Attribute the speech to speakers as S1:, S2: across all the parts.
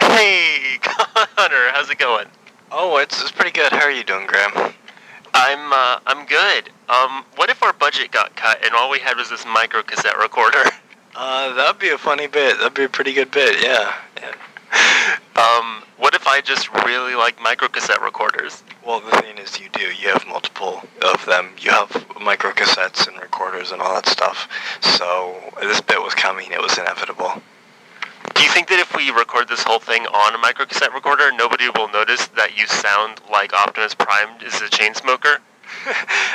S1: Hey, Connor, how's it going?
S2: Oh, it's, it's pretty good. How are you doing, Graham?
S1: I'm uh, I'm good. Um, what if our budget got cut and all we had was this micro cassette recorder?
S2: Uh, that'd be a funny bit. That'd be a pretty good bit. Yeah. yeah.
S1: Um, what if I just really like micro cassette recorders?
S2: Well, the thing is, you do. You have multiple of them. You have micro cassettes and recorders and all that stuff. So this bit was coming. It was inevitable.
S1: Do you think that if we record this whole thing on a micro cassette recorder, nobody will notice that you sound like Optimus Prime is a chain smoker?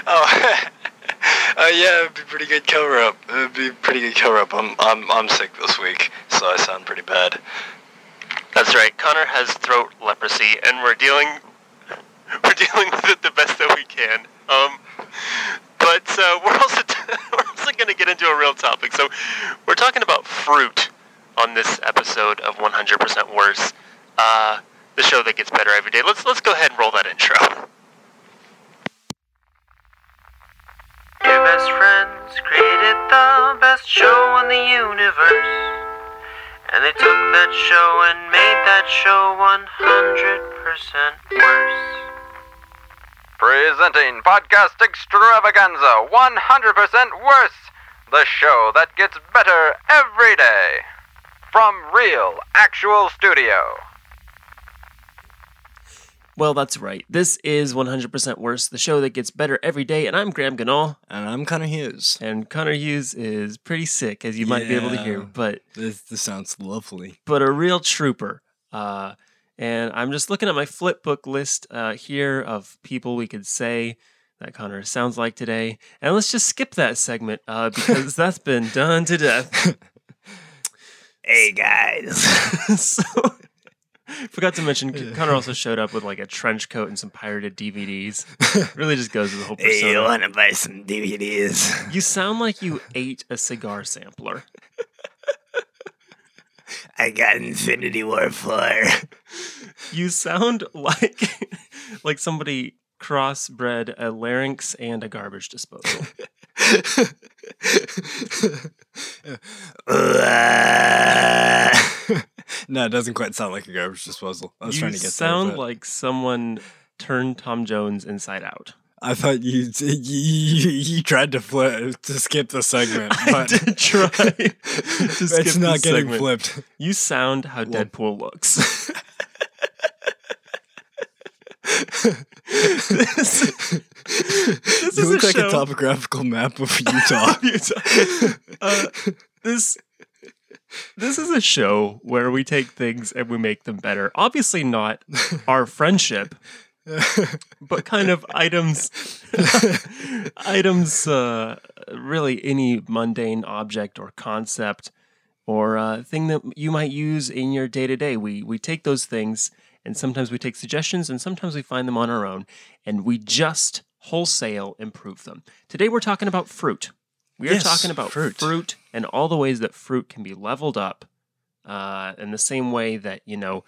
S2: oh, uh, yeah, it'd be pretty good cover up. It'd be pretty good cover up. I'm I'm I'm sick this week, so I sound pretty bad.
S1: That's right. Connor has throat leprosy, and we're dealing we're dealing with it the best that we can. Um, but uh, we're also t- we're also going to get into a real topic. So we're talking about fruit on this episode of 100% Worse, uh, the show that gets better every day. Let's let's go ahead and roll that intro.
S3: Dear best friends created the best show on the universe. And they took that show and made that show 100% worse.
S4: Presenting Podcast Extravaganza 100% Worse, the show that gets better every day. From Real Actual Studio.
S5: Well, that's right. This is 100% Worse, the show that gets better every day, and I'm Graham Ganol,
S6: And I'm Connor Hughes.
S5: and Connor Hughes is pretty sick, as you might be able to hear,
S6: Yeah.
S5: but
S6: This, this sounds lovely.
S5: but a real trooper. Uh, and I'm just looking at my flipbook list uh, here of people we could say that Connor sounds like today, and let's just skip that segment uh, because that's been done to death.
S6: Hey guys.
S5: so forgot to mention Connor also showed up with like a trench coat and some pirated DVDs. Really just goes with the whole persona.
S6: to buy some DVDs?
S5: You sound like you ate a cigar sampler.
S6: I got Infinity War 4.
S5: You sound like like somebody crossbred a larynx and a garbage disposal.
S6: no, it doesn't quite sound like a garbage disposal. I was
S5: you
S6: trying to get
S5: sound
S6: there, but
S5: like someone turned Tom Jones inside out.
S6: I thought you you, you you tried to flip to skip the segment,
S5: I
S6: but
S5: did try to skip
S6: it's not
S5: this
S6: getting
S5: segment.
S6: flipped.
S5: You sound how
S6: Well-
S5: Deadpool looks.
S6: this
S5: is
S6: you look
S5: a
S6: like
S5: show-
S6: a topographical map of Utah.
S5: Utah. Uh, this this is a show where we take things and we make them better. Obviously, not our friendship, but kind of items, items, uh, really any mundane object or concept or uh, thing that you might use in your day to day. We we take those things and sometimes we take suggestions and sometimes we find them on our own and we just wholesale improve them. Today we're talking about fruit. We are
S6: Yes,
S5: talking about fruit.
S6: fruit.
S5: and all the ways that fruit can be leveled up uh, in the same way that you know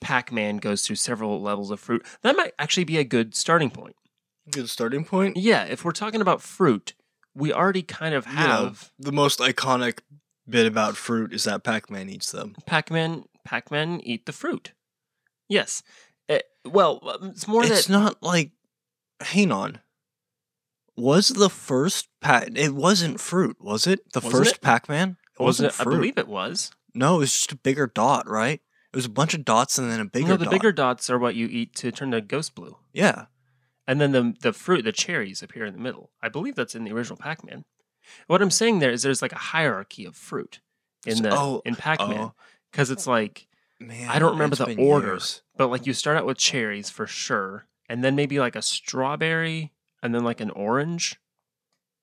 S5: Pac-Man goes through several levels of fruit. That might actually be a good starting point.
S6: Good starting point.
S5: Yeah, if we're talking about fruit, we already kind of
S6: You know,
S5: have
S6: the most iconic bit about fruit is that Pac-Man eats them.
S5: Pac-Man. Pac-Man eat the fruit. Yes. Eh, well, um, it's more
S6: it's
S5: that
S6: not like hang on was the first pac it wasn't fruit was it the
S5: Wasn't
S6: first
S5: it?
S6: pac-man it
S5: wasn't
S6: wasn't,
S5: I
S6: fruit
S5: believe it was.
S6: no it was just a bigger dot right it was a bunch of dots and then a bigger
S5: no, the
S6: dot
S5: bigger dots are what you eat to turn to ghost blue,
S6: yeah
S5: and then the the fruit, the cherries, appear in the middle. I believe that's in the original Pac-Man. What I'm saying there is there's like a hierarchy of fruit in
S6: So-
S5: the
S6: oh,
S5: in Pac-Man
S6: oh.
S5: because it's like
S6: man
S5: I don't remember
S6: it's
S5: the
S6: been
S5: order,
S6: years.
S5: but like you start out with cherries for sure, and then maybe like a strawberry, and then like an orange,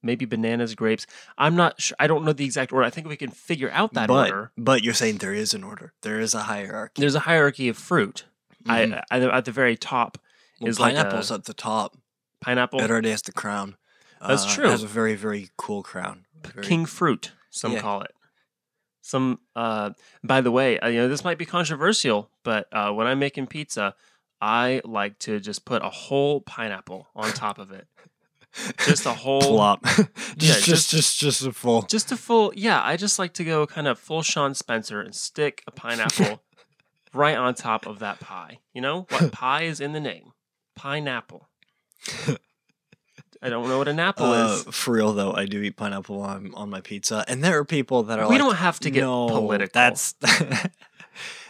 S5: maybe bananas, grapes. I'm not sure. I don't know the exact order. I think we can figure out that
S6: but,
S5: order.
S6: but you're saying there is an order there is a hierarchy
S5: There's a hierarchy of fruit.
S6: Mhm.
S5: I, I at the very top,
S6: Well,
S5: is like
S6: pineapple's
S5: a-
S6: at the top
S5: pineapple,
S6: it already has the crown
S5: That's
S6: Uh,
S5: true.
S6: it has a very very cool crown Very-
S5: king fruit. Some
S6: Yeah.
S5: call it. Some. Uh, by the way, uh, you know this might be controversial, but uh, when I'm making pizza, I like to just put a whole pineapple on top of it. Just a whole
S6: plop just,
S5: Yeah, just-
S6: just just just a full
S5: Just a full, yeah. I just like to go kind of full Sean Spencer and stick a pineapple right on top of that pie. You know what pie is in the name? Pineapple. I don't know what an apple
S6: Uh,
S5: is.
S6: for real though, I do eat pineapple on, on my pizza, and there are people that are
S5: We
S6: like,
S5: don't have to get
S6: "No,
S5: political."
S6: That's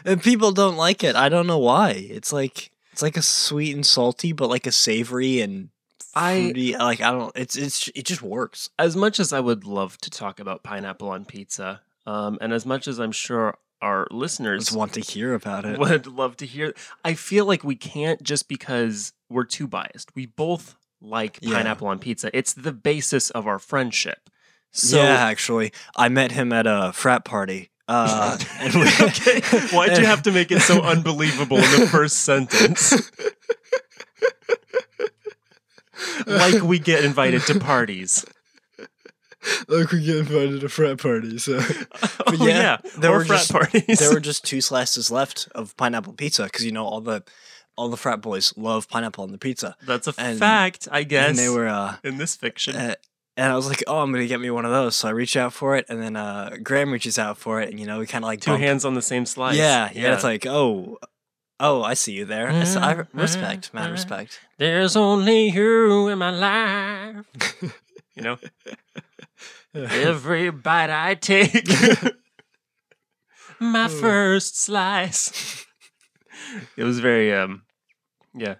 S6: and people don't like it. I don't know why. It's like it's like a sweet and salty, but like a savory and
S5: I-
S6: fruity. like I don't. It's it's it just works.
S5: As much as I would love to talk about pineapple on pizza, um, and as much as I'm sure our
S6: I
S5: listeners
S6: just want to hear about it.
S5: would love to hear. I feel like we can't just because we're too biased. We both like
S6: Yeah.
S5: pineapple on pizza. It's the basis of our friendship. So
S6: yeah, actually, I met him at a frat party. Uh, and we-
S5: okay. Why'd you have to make it so unbelievable in the first sentence? like we get invited to parties.
S6: like we get invited to frat party. So,
S5: Oh, yeah,
S6: there
S5: or
S6: were
S5: frat
S6: just-
S5: parties.
S6: there were just two slices left of pineapple pizza because you know all the all the frat boys love pineapple on the pizza.
S5: That's a
S6: and-
S5: fact, I guess.
S6: And they were uh,
S5: in this fiction.
S6: uh, and I was like, oh, I'm gonna get me one of those. So I reach out for it, and then uh, Graham reaches out for it, and you know we kind of like
S5: Two
S6: bump.
S5: hands on the same slice.
S6: Yeah, yeah, It's like, oh, oh, I see you there. I s- I,
S5: Mm,
S6: respect,
S5: mm,
S6: man,
S5: mm.
S6: respect.
S5: There's only you in my life. you know, every bite I take, my first slice. It was very, um, yeah,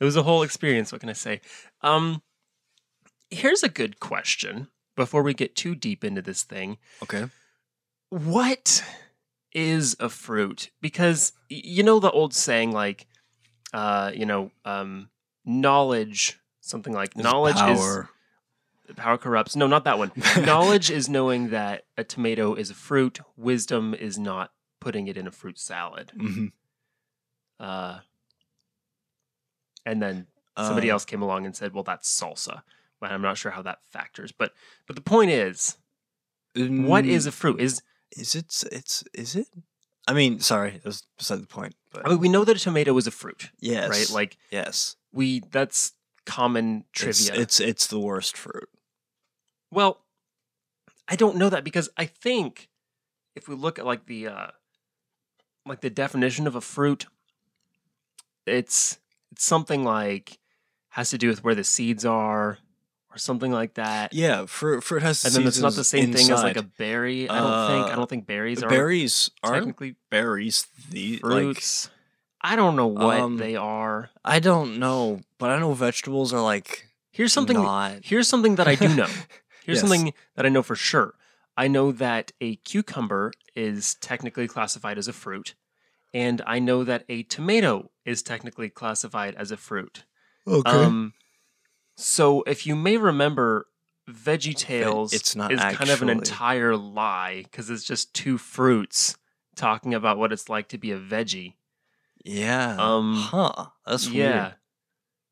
S5: it was a whole experience. What can I say? Um, here's a good question before we get too deep into this thing.
S6: Okay.
S5: what is a fruit? Because y- you know the old saying, like, uh, you know, um, knowledge, something like knowledge
S6: power.
S5: is power corrupts. No, not that one. knowledge is knowing that a tomato is a fruit. Wisdom is not putting it in a fruit salad.
S6: Mhm.
S5: Uh, and then somebody
S6: Uh,
S5: else came along and said, "Well, that's salsa." But I'm not sure how that factors. But but the point is, what is a fruit? Is
S6: Uh, mm, Is it? s- It's is it? I mean, sorry, that's beside the point. But
S5: I mean, we know that a tomato is a fruit,
S6: yes,
S5: right? Like
S6: yes,
S5: we that's common
S6: It's-
S5: trivia.
S6: It's, it's the worst fruit.
S5: well, I don't know that because I think if we look at like the uh like the definition of a fruit, it's it's something like has to do with where the seeds are or something like that.
S6: Yeah, fruit fruit has.
S5: and then it's not the
S6: seasons
S5: same thing as like a
S6: inside.
S5: berry. I don't think I
S6: Uh,
S5: don't think berries are
S6: berries aren't
S5: technically
S6: berries. The like
S5: fruits. I don't know what
S6: Um,
S5: they are.
S6: I don't know, but I know vegetables are like
S5: Here's something
S6: not.
S5: Here's something that I do know. Here's
S6: Yes.
S5: something that I know for sure. I know that a cucumber is technically classified as a fruit, and I know that a tomato is technically classified as a fruit.
S6: Okay,
S5: Um, so if you may remember, Veggie Tales
S6: it's not
S5: is kind of
S6: actually-
S5: an entire lie because it's just two fruits talking about what it's like to be a veggie.
S6: yeah,
S5: um,
S6: huh? That's
S5: yeah,
S6: weird.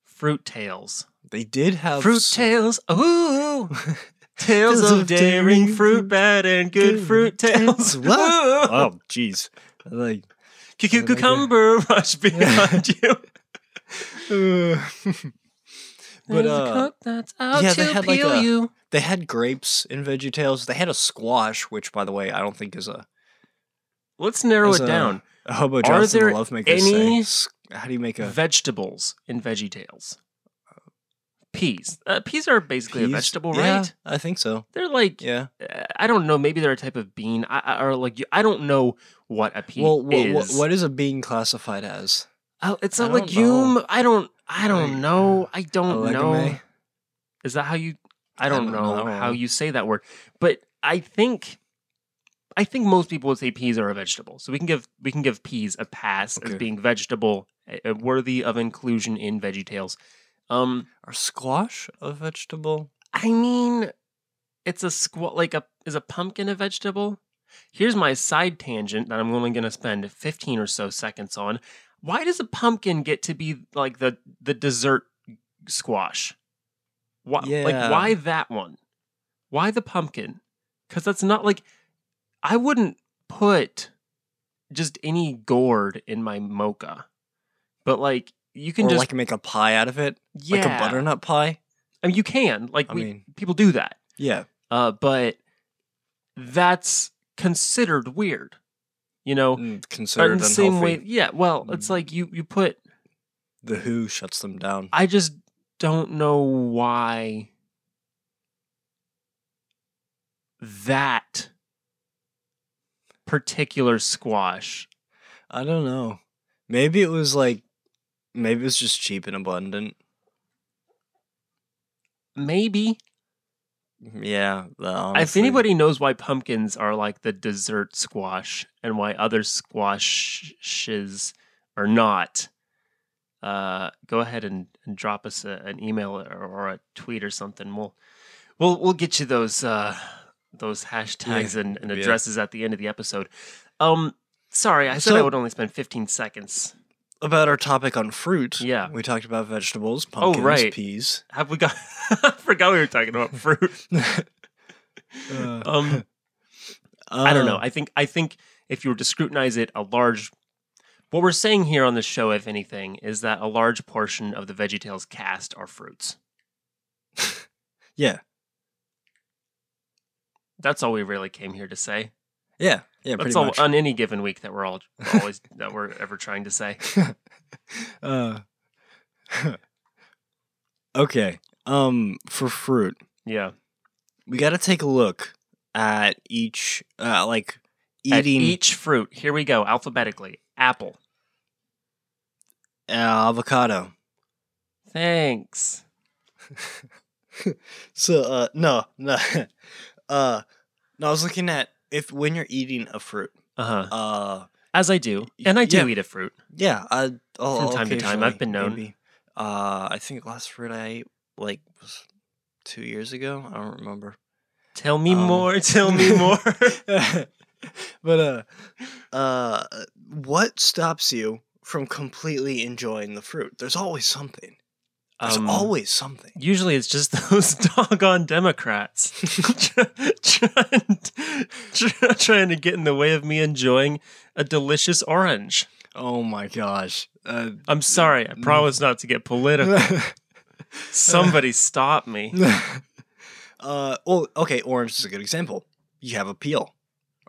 S5: fruit tales.
S6: They did have
S5: Fruit
S6: s-
S5: tales. Ooh. Tales
S6: Tales
S5: of
S6: of
S5: daring,
S6: daring
S5: fruit bad and good
S6: good
S5: fruit tales.
S6: tales. What?
S5: Ooh.
S6: Oh, jeez, like
S5: Cuckoo
S6: I like
S5: cucumber rush behind you.
S6: uh, but
S5: There's a
S6: uh,
S5: cook that's out
S6: yeah,
S5: to
S6: they had, like,
S5: peel
S6: a-
S5: you.
S6: They had grapes in Veggie Tales. They had a squash, which, by the way, I don't think is a
S5: Let's narrow
S6: is
S5: it
S6: a-
S5: down.
S6: a Hobo Johnson
S5: there
S6: lovemaker
S5: any-
S6: say. S- How do you make a
S5: Vegetables in Veggie Tales. Peas. Uh, peas are basically
S6: peas?
S5: a vegetable,
S6: Yeah,
S5: right?
S6: I think so.
S5: They're like
S6: Yeah.
S5: uh, I don't know. Maybe they're a type of bean. I, I or like I don't know what a pea
S6: well, wha-
S5: is.
S6: wha- what is a bean classified as?
S5: Oh, it's
S6: I
S5: a
S6: don't know.
S5: legume. I don't. I
S6: Like,
S5: don't know. I
S6: A
S5: don't know.
S6: legume?
S5: Is that how you? I don't,
S6: don't know.
S5: know, how you say that word, but I think, I think most people would say peas are a vegetable. So we can give we can give peas a pass as
S6: Okay.
S5: being vegetable, uh, worthy of inclusion in Veggie Tales. Um,
S6: Are squash a vegetable?
S5: I mean, it's a squ- like a is a pumpkin a vegetable? Here's my side tangent that I'm only going to spend 15 or so seconds on. Why does a pumpkin get to be like the the dessert squash? Why,
S6: Yeah.
S5: Like why that one? Why the pumpkin? Cuz that's not like I wouldn't put just any gourd in my mocha. But like you can
S6: or
S5: just
S6: like make a pie out of it?
S5: yeah.
S6: Like a butternut pie?
S5: I mean you can. Like
S6: I
S5: we
S6: mean-
S5: people do that
S6: Yeah.
S5: uh, but that's considered weird. you know
S6: Mm,
S5: but in
S6: Considered
S5: the same way
S6: unhealthy. Mm-hmm.
S5: yeah well it's like you you put
S6: The WHO shuts them down.
S5: i just don't know why that particular squash
S6: I don't know. Maybe it was like, maybe it was just cheap and abundant.
S5: maybe
S6: Mm-hmm. Yeah.
S5: if anybody knows why pumpkins are like the dessert squash and why other squashes are not, uh, go ahead and, and drop us a, an email or, or a tweet or something. We'll we'll we'll get you those uh, those hashtags
S6: Yeah,
S5: and, and
S6: yeah.
S5: addresses at the end of the episode. Um, sorry, I said I
S6: So-
S5: would only spend fifteen seconds.
S6: about our topic on fruit.
S5: Yeah. Oh,
S6: We talked about vegetables, pumpkins,
S5: right.
S6: peas. Uh,
S5: Have we got? I forgot we were talking about fruit. Um. I don't know.
S6: Um,
S5: I think I think if you were to scrutinize it, a large what we're saying here on the show, if anything, is that a large portion of the VeggieTales cast are fruits.
S6: yeah.
S5: That's all we really came here to say.
S6: Yeah. Yeah. Pretty
S5: That's all
S6: much.
S5: on any given week that we're all always that we're ever trying to say.
S6: uh, okay. Um, for fruit,
S5: Yeah,
S6: we got to take a look at each, uh, like
S5: At
S6: eating
S5: each fruit. Here we go alphabetically. Apple.
S6: uh, avocado.
S5: Thanks.
S6: So, uh, no, no, uh, no. I was looking at if when you're eating a fruit,
S5: Uh huh.
S6: uh,
S5: As I do, and I do
S6: Yeah.
S5: eat a fruit.
S6: yeah, I I'll,
S5: From time to time, I've
S6: occasionally,
S5: been known.
S6: maybe. Uh, I think last fruit I ate like was two years ago. I don't remember.
S5: Tell me
S6: Um,
S5: more. Tell me more.
S6: but uh uh what stops you from completely enjoying the fruit there's always something there's
S5: Um,
S6: always something
S5: Usually it's just those doggone Democrats try- trying, try- trying to get in the way of me enjoying a delicious orange.
S6: oh my gosh uh,
S5: I'm sorry, I promise not to get political. Somebody stop me.
S6: uh well okay orange is a good example you have a peel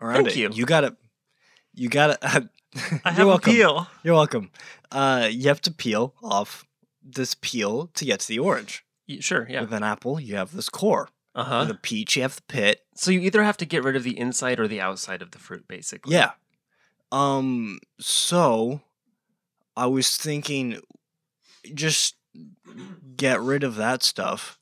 S6: around
S5: Thank
S6: it
S5: you.
S6: you gotta you gotta
S5: I have
S6: you're welcome
S5: a peel.
S6: you're welcome uh you have to peel off this peel to get to the orange
S5: Y- Sure, yeah.
S6: with an apple you have this core
S5: Uh
S6: with a
S5: huh.
S6: peach you have the pit
S5: So you either have to get rid of the inside or the outside of the fruit, basically.
S6: Yeah. Um. So, I was thinking, just get rid of that stuff.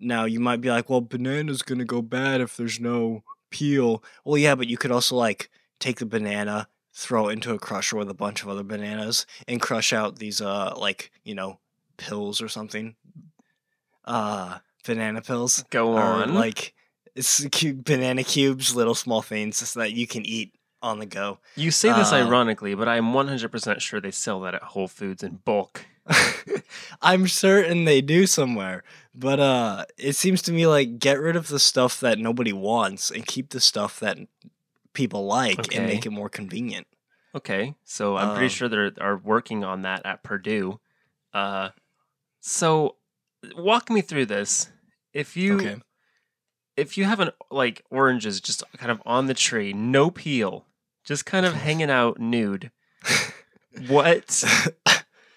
S6: Now you might be like, "Well, banana's gonna go bad if there's no peel." Well, yeah, but you could also like take the banana, throw it into a crusher with a bunch of other bananas, and crush out these uh like you know pills or something. Uh, banana pills
S5: Go
S6: or,
S5: on.
S6: like it's cu- banana cubes, little small things so that you can eat on the go.
S5: you say this
S6: uh,
S5: ironically, but I'm 100% sure they sell that at Whole Foods in bulk.
S6: I'm certain they do somewhere, but uh, it seems to me like get rid of the stuff that nobody wants and keep the stuff that people like and
S5: Okay.
S6: make it more convenient.
S5: Okay, so I'm pretty
S6: Um,
S5: sure they're are working on that at Purdue. Uh, so walk me through this. If you
S6: Okay.
S5: if you have an like oranges just kind of on the tree, no peel, just kind of hanging out nude, what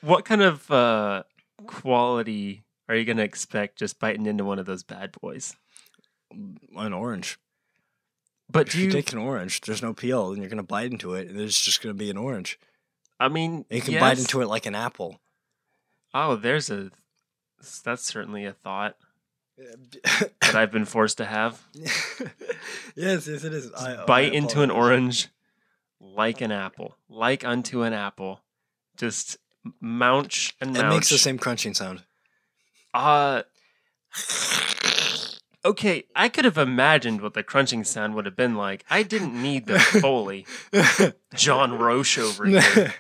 S5: what kind of uh, quality are you gonna expect just biting into one of those bad boys?
S6: Mm, An orange.
S5: But
S6: If
S5: do
S6: you,
S5: you?
S6: take an orange, there's no peel, and you're gonna bite into it, and there's just gonna be an orange.
S5: I mean,
S6: And you can bite
S5: yes.
S6: into it like an apple.
S5: Oh, there's a. That's certainly a thought that I've been forced to have.
S6: yes, yes, it is.
S5: Just
S6: I- I
S5: bite into an
S6: apologize.
S5: orange like an apple, like unto an apple. Just mounch and
S6: It
S5: mounch.
S6: makes the same crunching sound.
S5: Uh, okay, I could have imagined what the crunching sound would have been like. I didn't need the Foley, John Roche over here.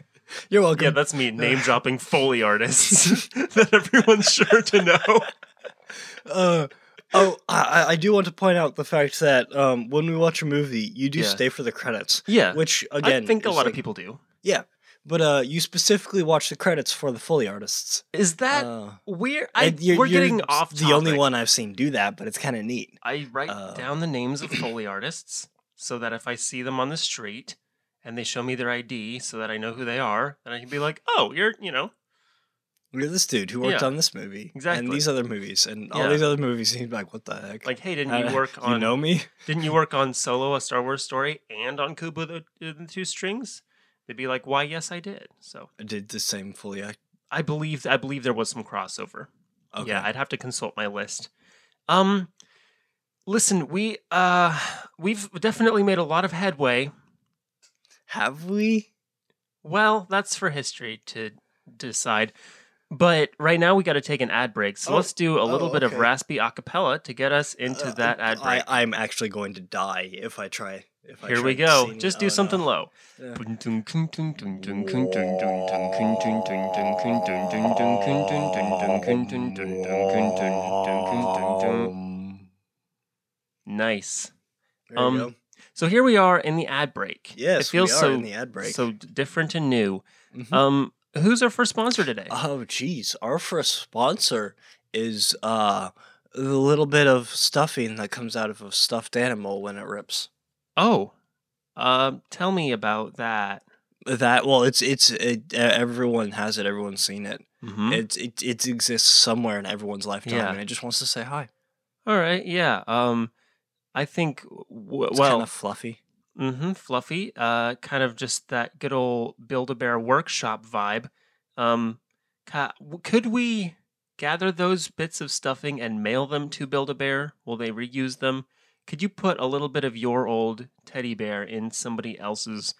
S6: You're
S5: Yeah,
S6: welcome.
S5: that's me name dropping Foley artists that everyone's sure to know.
S6: uh, oh, I, I- I do want to point out the fact that um, when we watch a movie, you do
S5: Yeah.
S6: stay for the credits,
S5: Yeah,
S6: which again,
S5: I think a
S6: is
S5: lot
S6: like-
S5: of people do.
S6: But uh, you specifically watch the credits for the Foley artists.
S5: Is that
S6: uh,
S5: weird? I,
S6: and you're-
S5: we're
S6: you're
S5: getting off.
S6: The only
S5: topic.
S6: one I've seen do that, but it's kind of neat.
S5: I write
S6: Uh,
S5: down the names of Foley artists so that if I see them on the street and they show me their ID so that I know who they are, and I can be like, "Oh, you're, you know,
S6: You're this dude who worked
S5: Yeah.
S6: on this movie
S5: Exactly.
S6: and these other movies and all
S5: Yeah.
S6: these other movies. And he's like, what the heck?
S5: like, hey, didn't
S6: Uh,
S5: you work on
S6: You know me?
S5: Didn't you work on Solo, a Star Wars story, and on Kubo the, the Two Strings? They'd be like, "Why? Yes, I did." So
S6: I did the same fully act.
S5: I believe I believe there was some crossover.
S6: Okay.
S5: Yeah, I'd have to consult my list. Um, listen, we uh we've definitely made a lot of headway.
S6: Have we?
S5: Well, that's for history to decide. But right now we got to take an ad break, so
S6: Oh,
S5: let's do a little bit
S6: okay.
S5: of raspy acapella to get us into
S6: Uh,
S5: that ad break.
S6: I, I'm actually going to die if I try. If I
S5: Here we
S6: try
S5: go.
S6: singing-
S5: Just
S6: oh,
S5: do
S6: no.
S5: something low.
S6: Yeah. Um,
S5: Nice.
S6: there you
S5: Um,
S6: go.
S5: So here we are in the ad break.
S6: Yes,
S5: it feels
S6: we are
S5: so
S6: in the ad break.
S5: so d- different and new.
S6: Mhm.
S5: Um, who's our first sponsor today?
S6: Oh, geez. Our first sponsor is uh, the little bit of stuffing that comes out of a stuffed animal when it rips.
S5: oh, um, tell me about that.
S6: That well, it's it's it, uh, everyone has it. Everyone's seen it.
S5: Mhm.
S6: It's it it exists somewhere in everyone's lifetime,
S5: Yeah.
S6: and it just wants to say hi.
S5: All right, yeah. Um, I think w-
S6: It's
S5: well,
S6: kind of fluffy.
S5: Mm-hmm. Fluffy. Uh, kind of just that good old Build a Bear workshop vibe. Um, ca- w- could we gather those bits of stuffing and mail them to Build a Bear? Will they reuse them? Could you put a little bit of your old teddy bear in somebody else's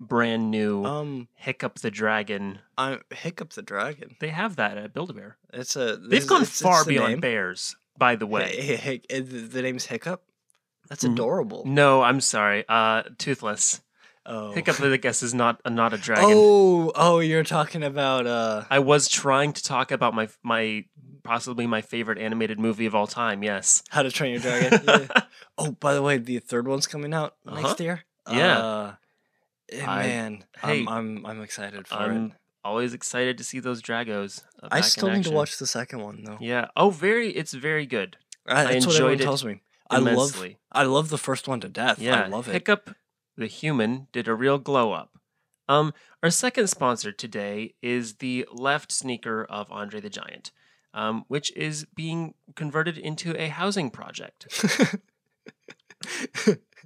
S5: brand new
S6: Um,
S5: Hiccup the Dragon?
S6: I Hiccup the dragon.
S5: They have that at Build a Bear.
S6: It's a
S5: They've
S6: this-
S5: gone
S6: it's- it's
S5: far
S6: the
S5: beyond
S6: name.
S5: bears, by the way.
S6: Hi- hi- hi- the the name's Hiccup. That's
S5: Mhm.
S6: adorable.
S5: No, I'm sorry. Uh, toothless.
S6: Oh.
S5: Hiccup, I guess, is not a, not a dragon.
S6: Oh, oh, you're talking about uh.
S5: I was trying to talk about my my possibly my favorite animated movie of all time. Yes.
S6: How to Train Your Dragon. Yeah. Oh, by the way, the third one's coming out
S5: Uh-huh.
S6: next year.
S5: Yeah.
S6: Uh, eh,
S5: I-
S6: man,
S5: hey,
S6: I'm, I'm I'm excited for it.
S5: I'm always excited to see those Dragos. uh,
S6: I
S5: back
S6: still
S5: in
S6: need to
S5: action.
S6: watch the second one though.
S5: Yeah. Oh, very. It's very good.
S6: I, that's what
S5: enjoyed
S6: everyone
S5: it
S6: tells me. I love
S5: Immensely.
S6: I love the first one to death.
S5: yeah.
S6: I love it.
S5: Hiccup, the human, did a real glow up. Um, our second sponsor today is the left sneaker of Andre the Giant, um, which is being converted into a housing project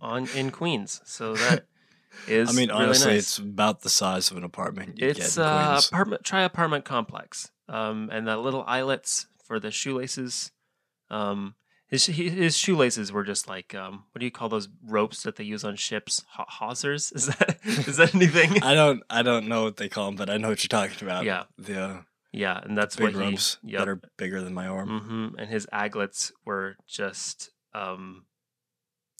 S5: on in Queens. So that is
S6: I mean,
S5: really
S6: honestly,
S5: nice.
S6: it's about the size of an apartment. You'd
S5: it's
S6: get in
S5: uh,
S6: Queens.
S5: apartment tri apartment complex, um, and the little eyelets for the shoelaces. Um, his he- his shoelaces were just like um, what do you call those ropes that they use on ships? Ha- hawsers? Is that is that anything?
S6: I don't I don't know what they call them, but I know what you're talking about.
S5: Yeah.
S6: the uh,
S5: yeah, and that's
S6: big
S5: what he.
S6: ropes
S5: yep.
S6: that are bigger than my arm.
S5: hmm And his aglets were just um,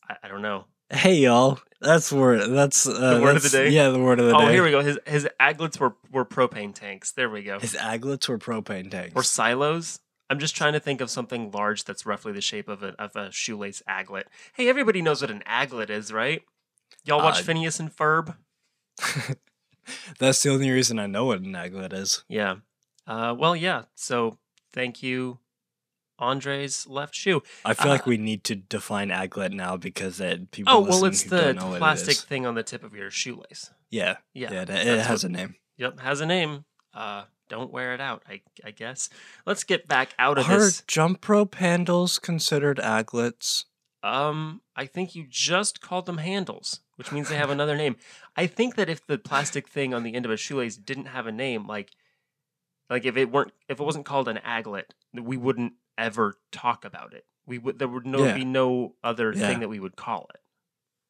S5: I, I don't know.
S6: Hey y'all, that's word. That's uh,
S5: The word of the
S6: that's-
S5: day?
S6: Yeah, the word of the
S5: oh,
S6: day.
S5: here we go. His his aglets were were propane tanks. There we go.
S6: His aglets were propane tanks.
S5: or silos. I'm just trying to think of something large that's roughly the shape of a of a shoelace aglet. Hey, everybody knows what an aglet is, right? Y'all watch
S6: Uh,
S5: Phineas and Ferb?
S6: That's the only reason I know what an aglet is.
S5: Yeah. Uh, well, yeah. So thank you, Andre's left shoe.
S6: I feel
S5: Uh,
S6: like we need to define aglet now because it, people.
S5: oh well,
S6: listening
S5: it's
S6: who
S5: the
S6: don't know what it
S5: plastic
S6: is.
S5: thing on the tip of your shoelace.
S6: Yeah,
S5: Yeah.
S6: yeah, that, it
S5: that's
S6: has a name.
S5: Yep. Has a name. Uh, don't wear it out. I I guess. Let's get back out of
S6: Are
S5: this.
S6: jump rope handles considered aglets?
S5: Um, I think you just called them handles, which means they have another name. I think that if the plastic thing on the end of a shoelace didn't have a name, like, like if it weren't, if it wasn't called an aglet, th- we wouldn't ever talk about it. We would there would no
S6: Yeah.
S5: be no other
S6: Yeah.
S5: thing that we would call it.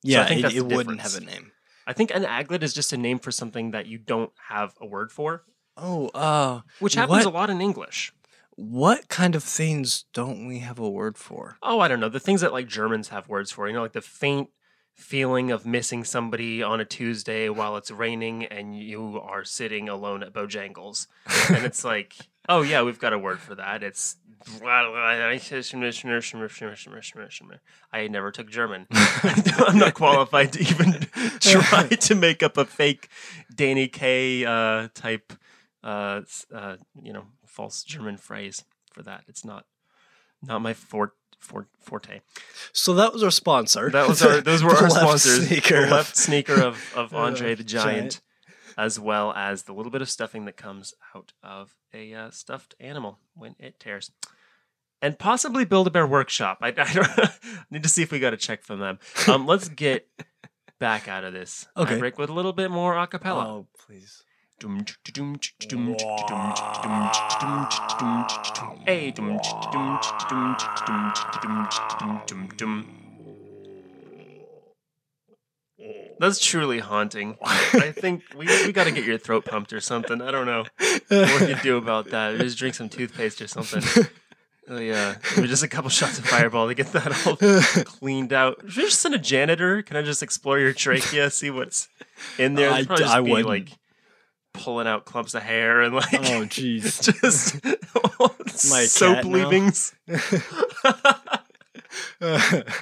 S6: Yeah,
S5: think
S6: it,
S5: that's
S6: it
S5: the
S6: wouldn't have a
S5: difference.
S6: name.
S5: I think an aglet is just a name for something that you don't have a word for,
S6: Oh, uh,
S5: which happens
S6: What?
S5: a lot in English.
S6: what kind of things don't we have a word for?
S5: Oh, I don't know. The things that like Germans have words for, you know, like the faint feeling of missing somebody on a Tuesday while it's raining and you are sitting alone at Bojangles. and it's like, oh, yeah, we've got a word for that. It's. I never took German. I'm not qualified to even try to make up a fake Danny Kaye uh, type, uh, s- uh, you know, false German phrase for that. It's not. Not my fort, fort, forte.
S6: So that was our sponsor.
S5: That was our. Those were
S6: The
S5: our
S6: left
S5: sponsors.
S6: sneaker
S5: the
S6: of-
S5: left sneaker of of Andre the
S6: Giant.
S5: Giant, as well as the little bit of stuffing that comes out of a uh, stuffed animal when it tears, and possibly Build a Bear Workshop. I, I don't, need to see if we got a check from them. Um, let's get back out of this.
S6: Okay.
S5: Rick, with a little bit more acapella.
S6: Oh, please.
S5: Hey. That's truly haunting. I think we, we got to get your throat pumped or something. I don't know what we can do about that. Just drink some toothpaste or something. Oh, yeah. Maybe just a couple shots of fireball to get that all cleaned out. Should I just send a janitor? Can I just explore your trachea, see what's in there?
S6: I-
S5: It'd probably just
S6: I
S5: be,
S6: wouldn't.
S5: like pulling out clumps of hair and like
S6: Oh, jeez.
S5: just
S6: My
S5: soap
S6: cat now?
S5: leavings.
S6: oh,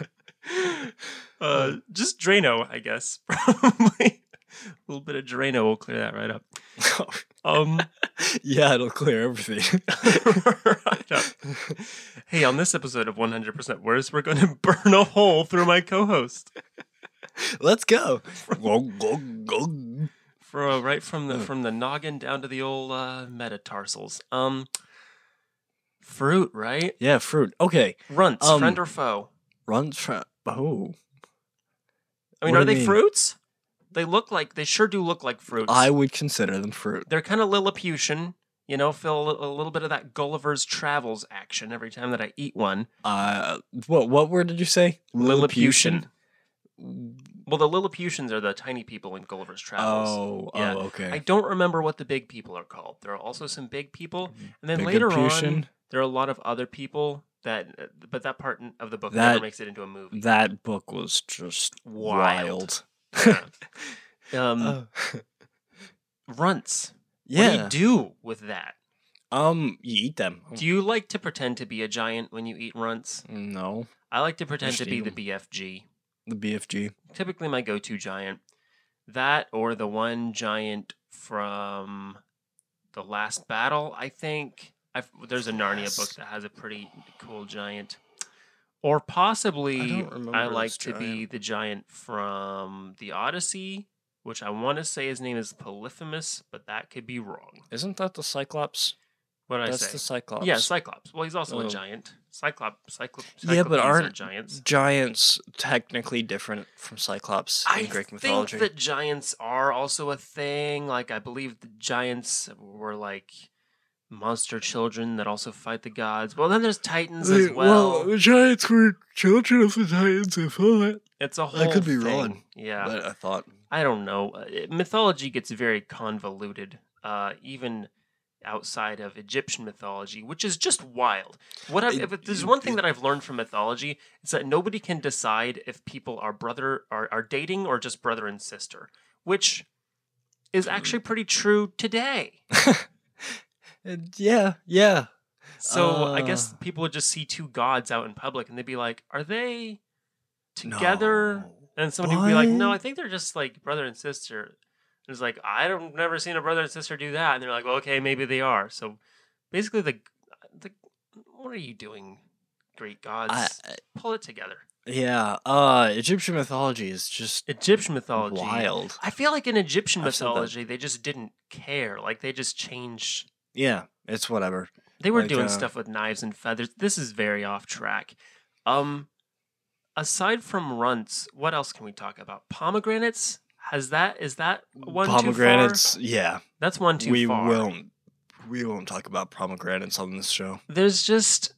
S5: uh, just Drano, I guess. Probably a little bit of Drano will clear that right up. Um,
S6: yeah, it'll clear everything.
S5: right up. Hey, on this episode of 100% Worse, we're going to burn a hole through my co-host.
S6: Let's go. Go, go, go.
S5: For, uh, right from the from the noggin down to the old uh, metatarsals. Um, fruit, right?
S6: Yeah, fruit. Okay.
S5: Runts,
S6: Um,
S5: friend or foe?
S6: Run fra- Oh.
S5: I mean,
S6: what
S5: are
S6: do you
S5: they
S6: mean?
S5: fruits? They look like they sure do look like fruits.
S6: I would consider them fruit.
S5: they're kind of Lilliputian. You know, feel a li- a little bit of that Gulliver's Travels action every time that I eat one.
S6: Uh, what what word did you say?
S5: Well, the Lilliputians are the tiny people in Gulliver's Travels.
S6: Oh,
S5: Yeah.
S6: oh,
S5: I
S6: okay.
S5: don't remember what the big people are called. There are also some big people, and then
S6: Mm-hmm. Big
S5: later on,
S6: Lilliputian?
S5: there are a lot of other people that. But that part n- of the book never
S6: That-
S5: makes it into a movie.
S6: That book was just wild.
S5: Wild. Yeah. um,
S6: Uh,
S5: runts.
S6: yeah.
S5: What do you do with that?
S6: um, you eat them.
S5: Do you like to pretend to be a giant when you eat runts?
S6: No,
S5: I like to pretend
S6: Just
S5: to
S6: eat
S5: be
S6: 'em.
S5: the BFG.
S6: the BFG.
S5: typically my go-to giant. That or the one giant from the last battle. I think I've, there's a Narnia book
S6: Yes.
S5: that has a pretty cool giant, or possibly
S6: remember
S5: I, like
S6: this
S5: to be
S6: giant.
S5: the giant from the Odyssey, which I want to say his name is Polyphemus, but that could be wrong.
S6: Isn't that the Cyclops?
S5: What did I
S6: That's
S5: say?
S6: the Cyclops.
S5: Yeah, Cyclops. Well, he's also
S6: Oh.
S5: a giant. Cyclops. Cyclops.
S6: Yeah, but aren't
S5: giants?
S6: Giants technically different from Cyclops in Greek mythology.
S5: think that giants are also a thing. Like I believe the giants were like monster children that also fight the gods. Well, then there's titans as well.
S6: giants were children of the giants. I thought,
S5: it's a whole.
S6: I could be
S5: thing.
S6: wrong,
S5: Yeah,
S6: but I thought
S5: I don't know. Uh, it- Mythology gets very convoluted, uh, even outside of Egyptian mythology, which is just wild. What I,
S6: It-
S5: if it- there's
S6: it-
S5: one thing
S6: it-
S5: that I've learned from mythology, it's that nobody can decide if people are brother are, are dating or just brother and sister, which
S6: Hmm.
S5: is actually pretty true today.
S6: Uh, yeah, yeah.
S5: So I guess
S6: Uh.
S5: people would just see two gods out in public and they'd be like, "Are they together?"
S6: No.
S5: And somebody would be like, "No,
S6: What?
S5: I think they're just like brother and sister." And it's like I don't never seen a brother and sister do that. And they're like, well, "Okay, maybe they are." So basically, the the what are you doing, Greek gods?
S6: I,
S5: Pull it together.
S6: yeah. Uh, Egyptian mythology is just
S5: Egyptian mythology.
S6: wild.
S5: I feel like in Egyptian
S6: I've said that.
S5: mythology, they just didn't care. Like they just changed.
S6: Yeah, it's whatever.
S5: They were
S6: Like,
S5: doing
S6: uh,
S5: stuff with knives and feathers. This is very off track. Um, aside from runts, what else can we talk about? Pomegranates. Has that is that one Too far?
S6: pomegranates. Yeah,
S5: That's one too
S6: we
S5: far.
S6: won't. We won't talk about pomegranates on this show.
S5: There's just,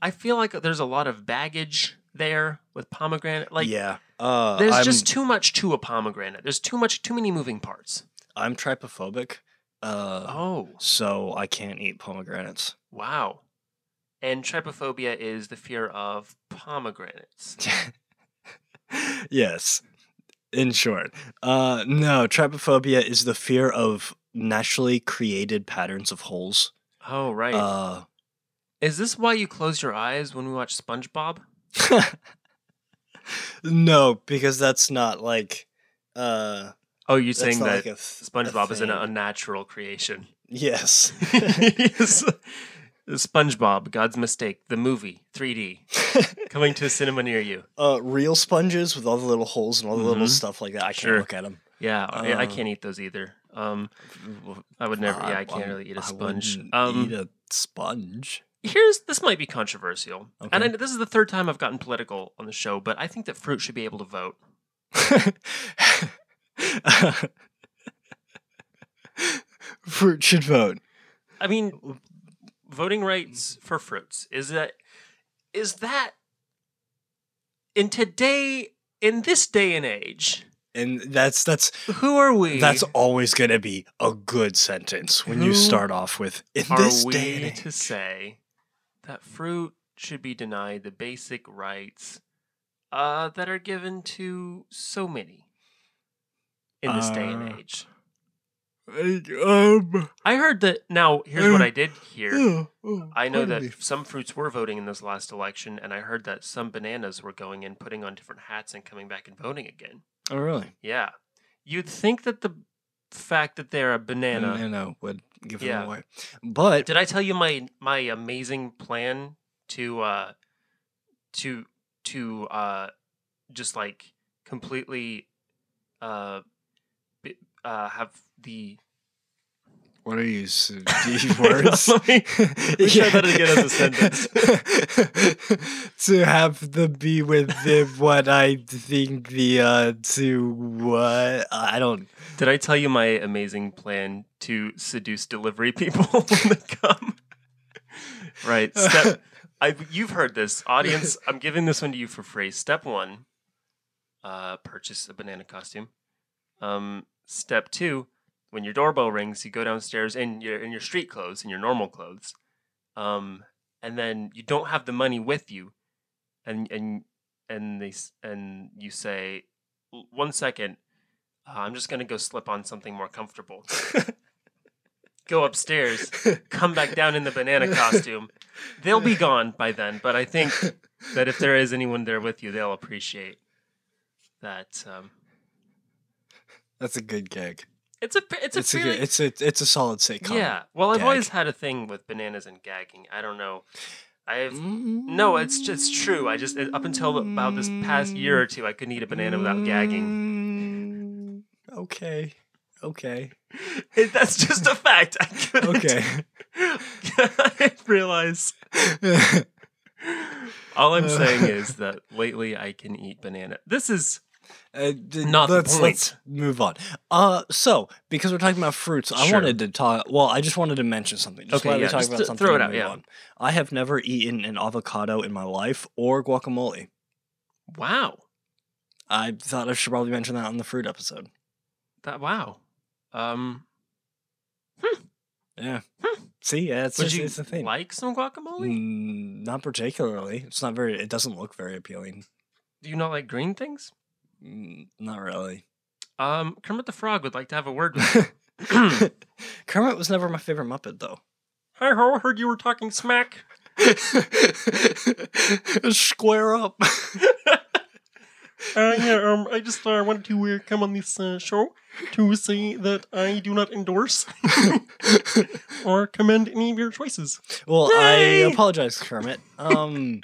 S5: I feel like there's a lot of baggage there with pomegranate. Like,
S6: yeah, uh,
S5: there's
S6: I'm,
S5: just too much to a pomegranate. There's too much, too many moving parts.
S6: I'm tripophobic. Uh,
S5: Oh,
S6: so I can't eat pomegranates.
S5: wow. And trypophobia is the fear of pomegranates.
S6: yes. In short, uh, no, trypophobia is the fear of naturally created patterns of holes.
S5: Oh, right.
S6: Uh,
S5: is this why you close your eyes when we watch SpongeBob?
S6: no, because that's not like. Uh,
S5: Oh, you're
S6: that's
S5: saying
S6: not
S5: that
S6: like a th- a
S5: SpongeBob is an
S6: thing.
S5: unnatural creation.
S6: Yes.
S5: Yes. SpongeBob, God's Mistake, the movie, 3D, coming to a cinema near you.
S6: uh, real sponges with all the little holes and all the little
S5: Mhm.
S6: stuff like that. I can't
S5: Sure.
S6: look at them.
S5: Yeah, I I
S6: Uh,
S5: can't eat those either. Um, I would never. Yeah, I can't really eat a sponge.
S6: eat
S5: Um,
S6: a sponge.
S5: here's this might be controversial, and I,
S6: Okay.
S5: this is the third time I've gotten political on the show, but I think that fruit should be able to vote.
S6: Fruit should vote.
S5: I
S6: Oh.
S5: mean, voting rights for fruits is that is that in today in this day and age,
S6: And that's that's
S5: who are we?
S6: that's always gonna be a good sentence when
S5: Who
S6: you start off with in
S5: are
S6: this
S5: we
S6: day and age."
S5: to say that fruit should be denied the basic rights uh, that are given to so many in this day and
S6: Uh,
S5: age?
S6: Um,
S5: I heard that. Now, here's what I did hear.
S6: oh, oh,
S5: I know
S6: pardon me.
S5: that some fruits were voting in this last election, and I heard that some bananas were going in, putting on different hats, and coming back and voting again.
S6: Oh, really?
S5: Yeah. You'd think that the fact that they're a banana.
S6: I know would give
S5: Yeah.
S6: them away, but
S5: Did I tell you my my amazing plan to uh to to uh just like completely uh bi- uh have the
S6: What are you, s- D words?
S5: Let me- me try that again as a
S6: sentence. to have the be with the what I think the uh to what I don't.
S5: Did I tell you my amazing plan to seduce delivery people when they come? right. Step I you've heard this. Audience, I'm giving this one to you for free. Step 1, uh purchase a banana costume. Um step 2, when your doorbell rings, you go downstairs in your in your street clothes, in your normal clothes. Um and then you don't have the money with you and and and they s- and you say "L- one second uh, I'm just gonna go slip on something more comfortable. go upstairs, come back down in the banana costume. They'll be gone by then, but I think that if there is anyone there with you, they'll appreciate that. Um,
S6: That's a good gag.
S5: it's a it's a
S6: It's a,
S5: fairly
S6: good, it's a it's a solid sitcom.
S5: yeah. Well, I've
S6: gag.
S5: always had a thing with bananas and gagging. I don't know. I've no, it's it's true. I just up until about this past year or two, I couldn't eat a banana without gagging.
S6: gagging. Okay. Okay.
S5: It, that's just a fact. I couldn't.
S6: Mm. Okay.
S5: I realize. All
S6: Uh,
S5: I'm saying is that lately I can eat banana. This is
S6: Uh, d-
S5: Not the
S6: let's,
S5: point.
S6: Let's move on. Uh, so because we're talking about fruits, I
S5: Sure.
S6: wanted to talk. Well, I just wanted to mention something. Just
S5: Okay,
S6: while we
S5: yeah,
S6: talk
S5: just
S6: about
S5: th-
S6: something,
S5: throw it
S6: and
S5: out,
S6: move
S5: yeah.
S6: on. I have never eaten an avocado in my life or guacamole.
S5: wow.
S6: I thought I should probably mention that on the fruit episode.
S5: That wow. Um,
S6: Yeah. See, yeah, it's,
S5: would
S6: just-
S5: you
S6: it's the thing.
S5: like some guacamole?
S6: Mm, not particularly. It's not very. It doesn't look very appealing.
S5: Do you not like green things?
S6: Mm, not really.
S5: Um, Kermit the Frog would like to have a word with you. Hi
S6: Kermit was never my favorite Muppet, though.
S5: ho! Heard you were talking smack.
S6: Square up.
S5: Uh, yeah. Um, I just uh, wanted to uh, come on this uh, show to say that I do not endorse or commend any of your choices.
S6: Well,
S5: Yay!
S6: I apologize, Kermit. Um,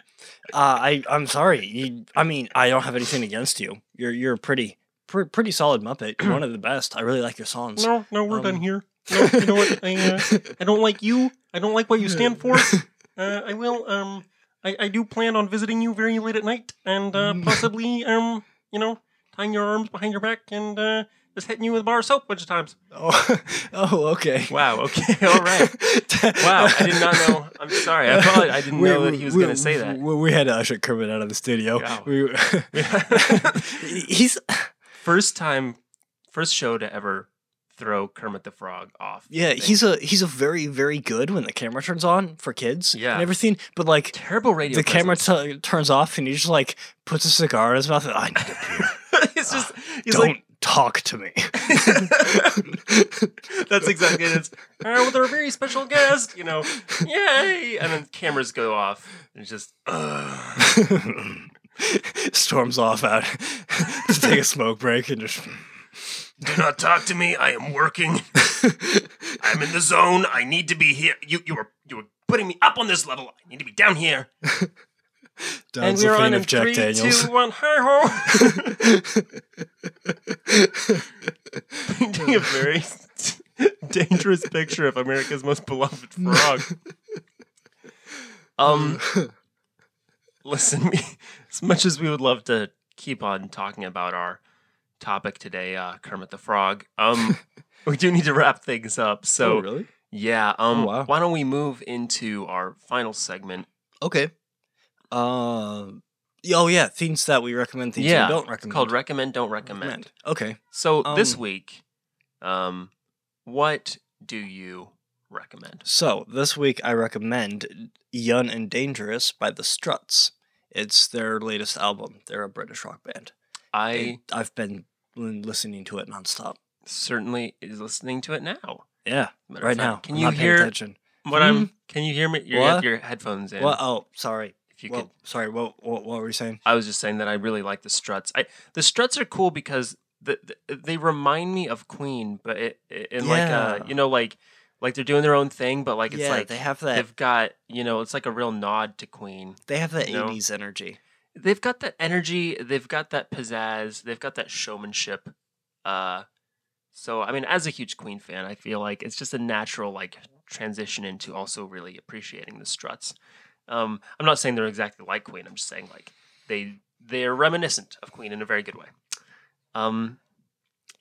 S6: uh, I I'm sorry. You, I mean, I don't have anything against you. You're you're a pretty pr- pretty solid Muppet. You're one of the best. I really like your songs.
S5: No, no, we're done
S6: Um,
S5: here. No, you know what? I, uh, I don't like you. I don't like what you stand for. Uh, I will. Um, I, I do plan on visiting you very late at night, and uh,
S6: Mm.
S5: possibly, um, you know, tying your arms behind your back and uh, just hitting you with a bar of soap a bunch of times.
S6: oh, oh, okay.
S5: Wow. Okay. All right. Wow. I did not know. I'm sorry. I probably I didn't
S6: We-
S5: know that he was
S6: we-
S5: going to say that.
S6: We, we had to usher Kermit out of the studio.
S5: Wow.
S6: We- he's
S5: first time, first show to ever throw Kermit the Frog off.
S6: yeah, he's a he's a very very good when the camera turns on for kids.
S5: Yeah.
S6: and everything. But like
S5: terrible radio.
S6: the camera t- turns off and he just like puts a cigar in his mouth. And, I need a beer.
S5: it's just. He's
S6: Don't talk to me.
S5: That's exactly it. It's, "Uh, with our very special guest, you know, yay! And then cameras go off. And it's just, ugh.
S6: Storms off out to take a smoke break and just
S5: do not talk to me. I am working. I'm in the zone. I need to be here. You, you were, you were putting me up on this level. I need to be down here.
S6: Don's
S5: and
S6: the
S5: we're on
S6: fan
S5: in
S6: of Jack
S5: three,
S6: Daniels.
S5: two, one. Hi ho! Painting a very dangerous picture of America's most beloved frog. Um,
S6: Oh,
S5: listen, we, as much as we would love to keep on talking about our topic today, uh, Kermit the Frog, um, we do need to wrap things up. So,
S6: oh, really?
S5: yeah, um,
S6: Oh, wow. Mm-hmm.
S5: why don't we move into our final segment?
S6: Okay. Uh, y- oh yeah, things that we recommend, things
S5: Yeah,
S6: we don't
S5: It's
S6: recommend.
S5: called Recommend, Don't Recommend.
S6: Okay.
S5: So this
S6: Um,
S5: week, um, what do you recommend?
S6: So this week I recommend Young and Dangerous by the Struts. It's their latest album. They're a British rock band.
S5: I
S6: They- I've been l- listening to it nonstop.
S5: certainly is listening to it now.
S6: Yeah,
S5: Matter of
S6: right
S5: fact,
S6: now.
S5: Can
S6: I'm
S5: you
S6: not paying
S5: hear
S6: Attention. Hmm?
S5: what I'm? Can you hear me? You have
S6: What?
S5: your headphones in.
S6: Well, oh, sorry.
S5: if you
S6: Well,
S5: could,
S6: sorry. What, what what were you saying?
S5: I was just saying that I really like the Struts. I the Struts are cool because the, the, they remind me of Queen, but it, it, in like
S6: Yeah.
S5: a you know like like they're doing their own thing, but like it's
S6: yeah,
S5: like
S6: they have that.
S5: they've got you know it's like a real nod to Queen.
S6: They have that
S5: you know?
S6: '80s energy.
S5: they've got that energy, they've got that pizzazz, they've got that showmanship. Uh so I mean as a huge Queen fan, I feel like it's just a natural like transition into also really appreciating the struts. Um I'm not saying they're exactly like Queen, I'm just saying like they they're reminiscent of Queen in a very good way. Um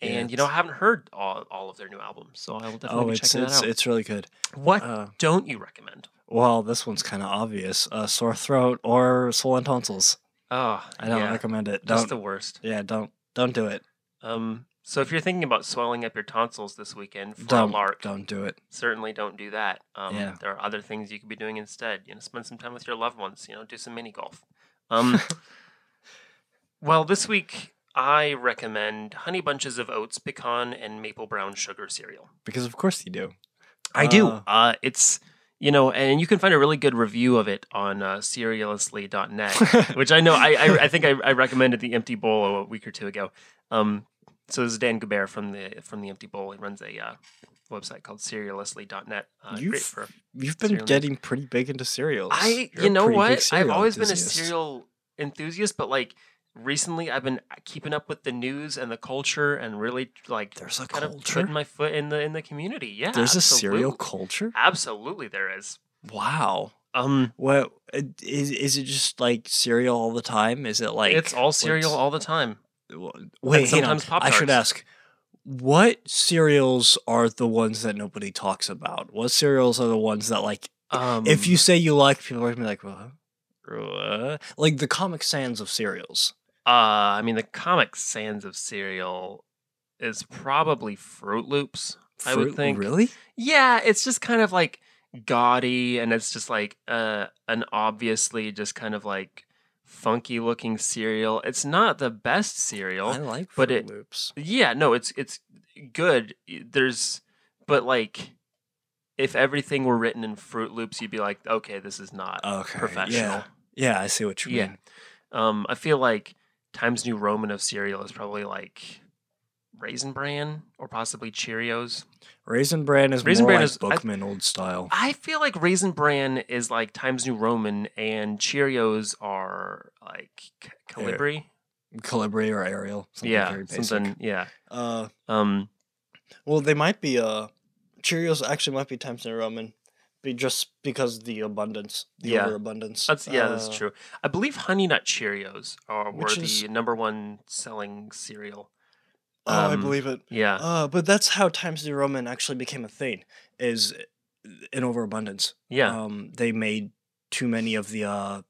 S5: and you know, I
S6: Yes.
S5: haven't heard all, all of their new albums, so I will definitely
S6: Oh,
S5: be
S6: it's
S5: checking
S6: it's
S5: that out.
S6: it's really good.
S5: what
S6: Uh,
S5: don't you recommend?
S6: well, this one's kind of obvious. Uh, sore throat or swollen tonsils.
S5: Oh,
S6: I don't
S5: yeah,
S6: recommend it.
S5: That's
S6: Don't.
S5: the worst.
S6: yeah, don't don't do it.
S5: Um, so if you're thinking about swelling up your tonsils this weekend for
S6: Don't
S5: a lark,
S6: don't do it.
S5: certainly don't do that. Um,
S6: Yeah.
S5: There are other things you could be doing instead. You know, spend some time with your loved ones. You know, do some mini golf. Um, well, this week I recommend Honey Bunches of Oats, Pecan, and Maple Brown Sugar cereal.
S6: Because of course you do.
S5: I do.
S6: Ah.
S5: Uh, it's you know, and you can find a really good review of it on uh, Serialistly.net which I know I I, I think I, I recommended the Empty Bowl a week or two ago. Um, so this is Dan Gobert from the from the Empty Bowl. He runs a uh, website called Serialistly.net. Uh,
S6: You've-
S5: great for
S6: You've been
S5: Cereal.
S6: getting pretty big into cereals.
S5: I
S6: You're
S5: you
S6: a
S5: know
S6: pretty big
S5: what I've
S6: cereal
S5: always been a
S6: enthusiast.
S5: cereal enthusiast, but like recently I've been keeping up with the news and the culture and really like
S6: There's a
S5: kind of
S6: culture?
S5: putting my foot in the in the community. Yeah,
S6: There's a cereal
S5: absolutely.
S6: culture.
S5: Absolutely, there is.
S6: Wow.
S5: Um,
S6: What uh, is is it? Just like cereal all the time? Is it like
S5: it's all
S6: what's-
S5: cereal all the time.
S6: w- Wait, hang on.
S5: sometimes
S6: I should
S5: Pop-Tarts.
S6: ask. What cereals are the ones that nobody talks about? What cereals are the ones that like
S5: Um,
S6: if you say you like, people are gonna be like, well, huh? like the Comic Sans of cereals.
S5: Uh, I mean, the Comic Sans of cereal is probably Fruit Loops. I would
S6: Fruit-
S5: think-
S6: really.
S5: Yeah, it's just kind of like gaudy, and it's just like uh, an obviously just kind of like funky looking cereal. It's not the best
S6: I
S5: cereal.
S6: like Fruit
S5: but it-
S6: Loops.
S5: Yeah, no, it's it's good. There's, but like, if everything were written in Fruit Loops, you'd be like, okay, this is not
S6: Okay.
S5: professional.
S6: Yeah. Yeah, I see what you
S5: Yeah.
S6: mean.
S5: Um, I feel like Times New Roman of cereal is probably like Raisin Bran or possibly Cheerios.
S6: Raisin Bran is
S5: Raisin
S6: more
S5: Bran
S6: like
S5: is- I-
S6: Bookman old style.
S5: I feel like Raisin Bran is like Times New Roman and Cheerios are like C-
S6: They're
S5: Calibri.
S6: Calibri or Ariel. Something
S5: yeah,
S6: very basic.
S5: something. Yeah.
S6: Uh,
S5: Um,
S6: well, they might be uh, Cheerios. Actually, might be Times New Roman, be just because the abundance, the
S5: Yeah.
S6: overabundance.
S5: that's yeah, that's
S6: Uh,
S5: true. I believe Honey Nut Cheerios are were
S6: which
S5: the
S6: is-
S5: number one selling cereal.
S6: Oh, I
S5: Um,
S6: believe it.
S5: Yeah.
S6: Uh, but that's how Times New Roman actually became a thing, is an overabundance.
S5: yeah.
S6: Um, they made too many of the uh,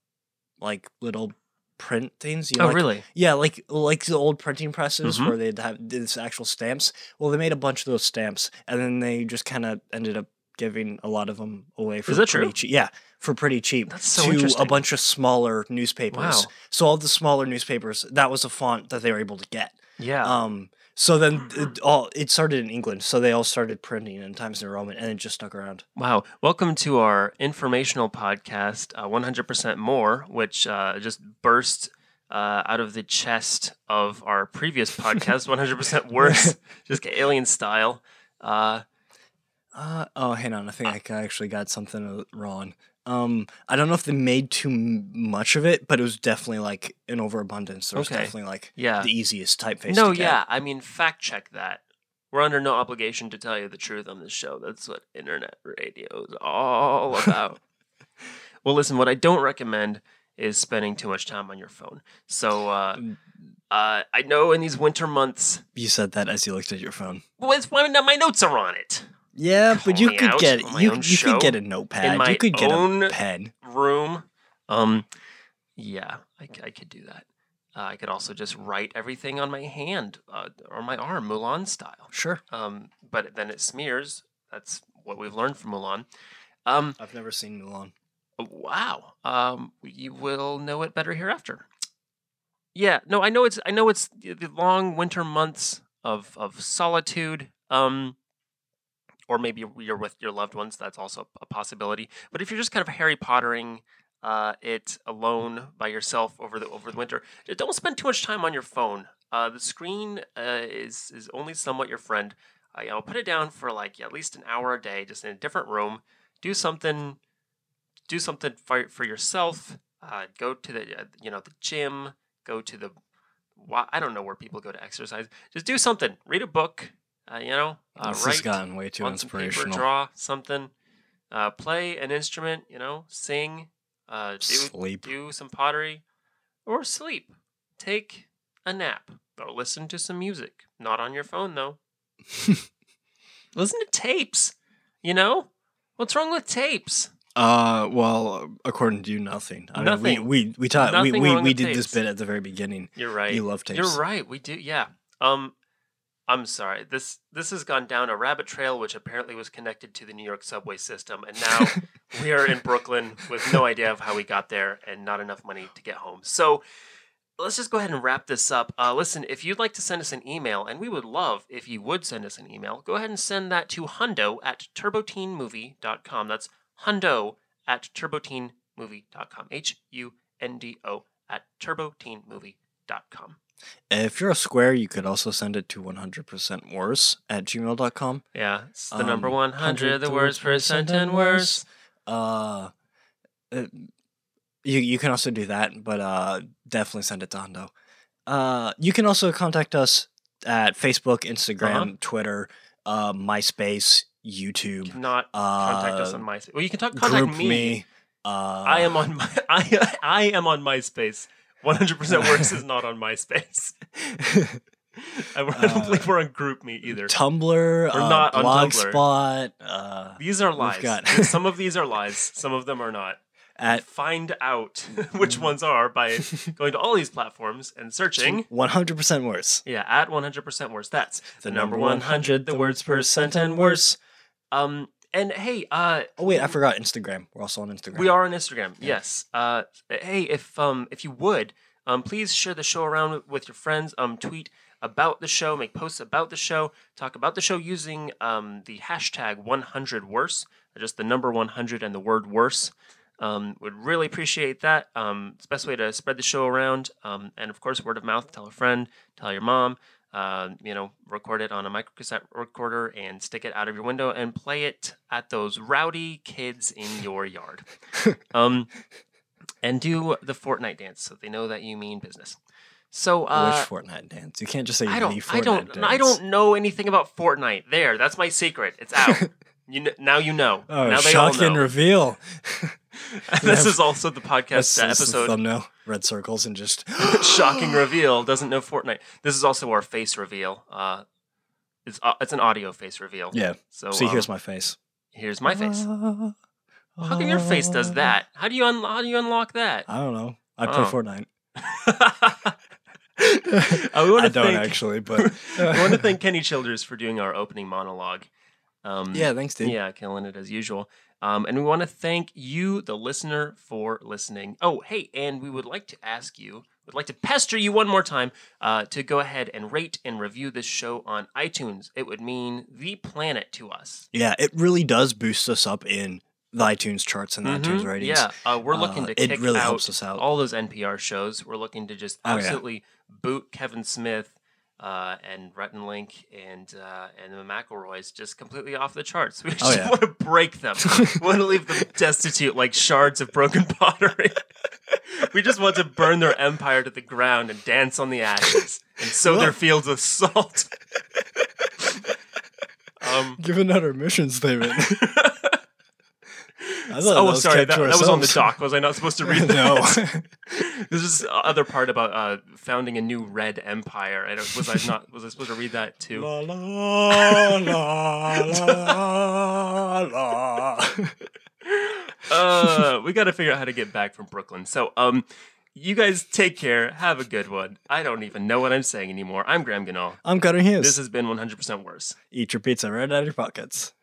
S6: like little print things. You know,
S5: oh,
S6: like-
S5: really?
S6: Yeah, like like the old printing presses
S5: Mhm.
S6: where they'd have these actual stamps. Well, they made a bunch of those stamps, and then they just kind of ended up giving a lot of them away for
S5: that
S6: pretty
S5: true?
S6: cheap. Yeah, for pretty cheap
S5: That's so
S6: to a
S5: interesting.
S6: bunch of smaller newspapers.
S5: Wow.
S6: So all the smaller newspapers, that was a font that they were able to get.
S5: Yeah. Mm-hmm.
S6: Um, so then it all it started in England, so they all started printing in Times New Roman, and it just stuck around.
S5: Wow. Welcome to our informational podcast, uh, 100% More, which uh, just burst uh, out of the chest of our previous podcast, 100% Worse, just alien style. Uh,
S6: Uh, oh, hang on. I think I ca- actually got something uh, wrong. Um, I don't know if they made too m- much of it, but it was definitely like an overabundance. There was
S5: Okay.
S6: definitely like
S5: Yeah.
S6: the easiest typeface.
S5: No,
S6: to get.
S5: yeah. I mean, fact check that. We're under no obligation to tell you the truth on this show. That's what internet radio is all about. well, listen, what I don't recommend is spending too much time on your phone. So uh,
S6: Mm.
S5: uh, I know in these winter months,
S6: You said that as you looked at your phone.
S5: well, it's, why not- my notes are on it.
S6: Yeah,
S5: Call
S6: but you
S5: me
S6: could
S5: out
S6: get
S5: on my
S6: you
S5: own
S6: you
S5: show
S6: could get a notepad.
S5: my
S6: you could get
S5: own-
S6: a pen.
S5: Room. Um, yeah, I, c- I could do that. Uh, I could also just write everything on my hand uh, or my arm, Mulan style.
S6: Sure.
S5: Um, but then it smears. That's what we've learned from Mulan. Um,
S6: I've never seen Mulan.
S5: Wow. Um, you will know it better hereafter. Yeah. No, I know it's. I know it's the the long winter months of of solitude. Um, or maybe you're with your loved ones. That's also a possibility. But if you're just kind of Harry Pottering uh, it alone by yourself over the over the winter, d- don't spend too much time on your phone. Uh, the screen uh, is is only somewhat your friend. I, I'll put it down for like at least an hour a day, just in a different room. Do something do something for, for yourself. Uh, go to the uh, you know the gym. Go to the wa- I don't know where people go to exercise. Just do something. Read a book. Uh, you know, uh,
S6: this has
S5: write
S6: gotten way too
S5: on some paper,
S6: inspirational.
S5: draw something. Uh, play an instrument. You know, sing. Uh, do
S6: Sleep.
S5: do some pottery, or sleep. Take a nap or listen to some music. Not on your phone though. listen to tapes. You know, what's wrong with tapes?
S6: Uh, well, according to you, nothing. I
S5: Nothing.
S6: mean, we we we taught we
S5: Nothing
S6: we,
S5: wrong
S6: we
S5: with
S6: did this
S5: tapes.
S6: bit at the very beginning.
S5: You're right.
S6: You love tapes.
S5: You're right. We do. Yeah. Um, I'm sorry. This this has gone down a rabbit trail, which apparently was connected to the New York subway system, and now we are in Brooklyn with no idea of how we got there and not enough money to get home. So. Let's just go ahead and wrap this up. Uh, listen, if you'd like to send us an email, and we would love if you would send us an email, go ahead and send that to hundo at turboteenmovie.com. That's hundo at turboteenmovie.com. H U N D O at turboteenmovie dot com.
S6: If you're a square, you could also send it to 100% worse at gmail.com.
S5: Yeah, it's the number
S6: Um,
S5: one hundred, the worst percent and worse.
S6: Uh, uh, you, you can also do that, but uh, definitely send it to Hondo. Uh, you can also contact us at Facebook, Instagram,
S5: Uh-huh.
S6: Twitter, uh, MySpace, YouTube.
S5: Cannot contact us
S6: uh,
S5: on MySpace. Well, you can talk, contact
S6: group
S5: me.
S6: uh,
S5: I am on my, I, I am on MySpace. One hundred percent worse is not on MySpace. I don't
S6: Uh,
S5: believe we're on GroupMe either.
S6: Tumblr,
S5: We're
S6: uh,
S5: not on Tumblr.
S6: Blogspot, uh,
S5: These are lies.
S6: got- Uh,
S5: some of these are lies. Some of them are not.
S6: at
S5: Find out
S6: mm.
S5: which ones are by going to all these platforms and searching.
S6: 100% worse.
S5: Yeah, at one hundred percent worse. That's
S6: The
S5: the
S6: number
S5: number one hundred, the worst percent and worse. Um, and hey, uh,
S6: Oh wait, I forgot Instagram. We're also on Instagram.
S5: We are on Instagram.
S6: Yeah.
S5: Yes. Uh, hey, if um, if you would, um, please share the show around with- with your friends. Um, tweet about the show, make posts about the show, talk about the show using um, the hashtag 100 worse, just the number 100 and the word worse. Um, would really appreciate that. Um, it's the best way to spread the show around. Um, and of course, word of mouth. Tell a friend. Tell your mom. Uh, you know, record it on a microcassette recorder and stick it out of your window and play it at those rowdy kids in your yard. um, and do the Fortnite dance so they know that you mean business. So uh,
S6: Which Fortnite dance? You can't just say the
S5: I don't.
S6: Fortnite
S5: I don't.
S6: dance.
S5: I don't know anything about Fortnite. There, that's my secret. It's out. you kn- now you know.
S6: Oh,
S5: now they all
S6: shock and
S5: know.
S6: reveal.
S5: this is also the podcast
S6: That's, that's the
S5: episode.
S6: thumbnail. Red circles and just
S5: Shocking reveal doesn't know Fortnite. This is also our face reveal. Uh, it's uh, it's an audio face reveal.
S6: yeah.
S5: So
S6: See,
S5: um,
S6: here's my face. Ah,
S5: here's my face. How come your face does that? How do you un- how do you unlock that?
S6: I don't know. I play
S5: Oh.
S6: Fortnite.
S5: I wanna
S6: I don't
S5: thank-
S6: actually, but
S5: I want to thank Kenny Childers for doing our opening monologue. Um,
S6: yeah, thanks, dude.
S5: Yeah, killing it as usual. Um, and we want to thank you, the listener, for listening. Oh, hey, and we would like to ask you, would like to pester you one more time uh, to go ahead and rate and review this show on iTunes. It would mean the planet to us.
S6: Yeah, it really does boost us up in the iTunes charts and the
S5: Mhm,
S6: iTunes ratings.
S5: Yeah, uh, we're looking
S6: Uh,
S5: to
S6: it
S5: kick
S6: really
S5: out
S6: helps us out.
S5: all those NPR shows. We're looking to just
S6: Oh, yeah.
S5: absolutely boot Kevin Smith uh, and Rhett and Link and uh, and the McElroys just completely off the charts. We just
S6: Oh, yeah.
S5: want to break them. we want to leave them destitute like shards of broken pottery. we just want to burn their empire to the ground and dance on the ashes and sow their
S6: Well-
S5: fields with salt. um,
S6: Given out our mission statement. I thought that
S5: oh,
S6: was
S5: sorry,
S6: kept
S5: that,
S6: to
S5: that was on the
S6: ourselves.
S5: dock. Was I not supposed to read
S6: no.
S5: that? this is the other part about uh, founding a new red empire. I don't, was I not? Was I supposed to read that too?
S6: la la la la la.
S5: uh, we got to figure out how to get back from Brooklyn. So, um, you guys take care. Have a good one. I don't even know what I'm saying anymore. I'm Graham Ganol.
S6: I'm cutting his.
S5: This has been 100% worse.
S6: Eat your pizza right out of your pockets.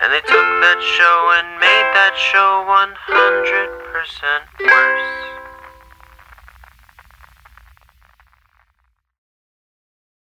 S3: And they took that show and made that show 100% worse.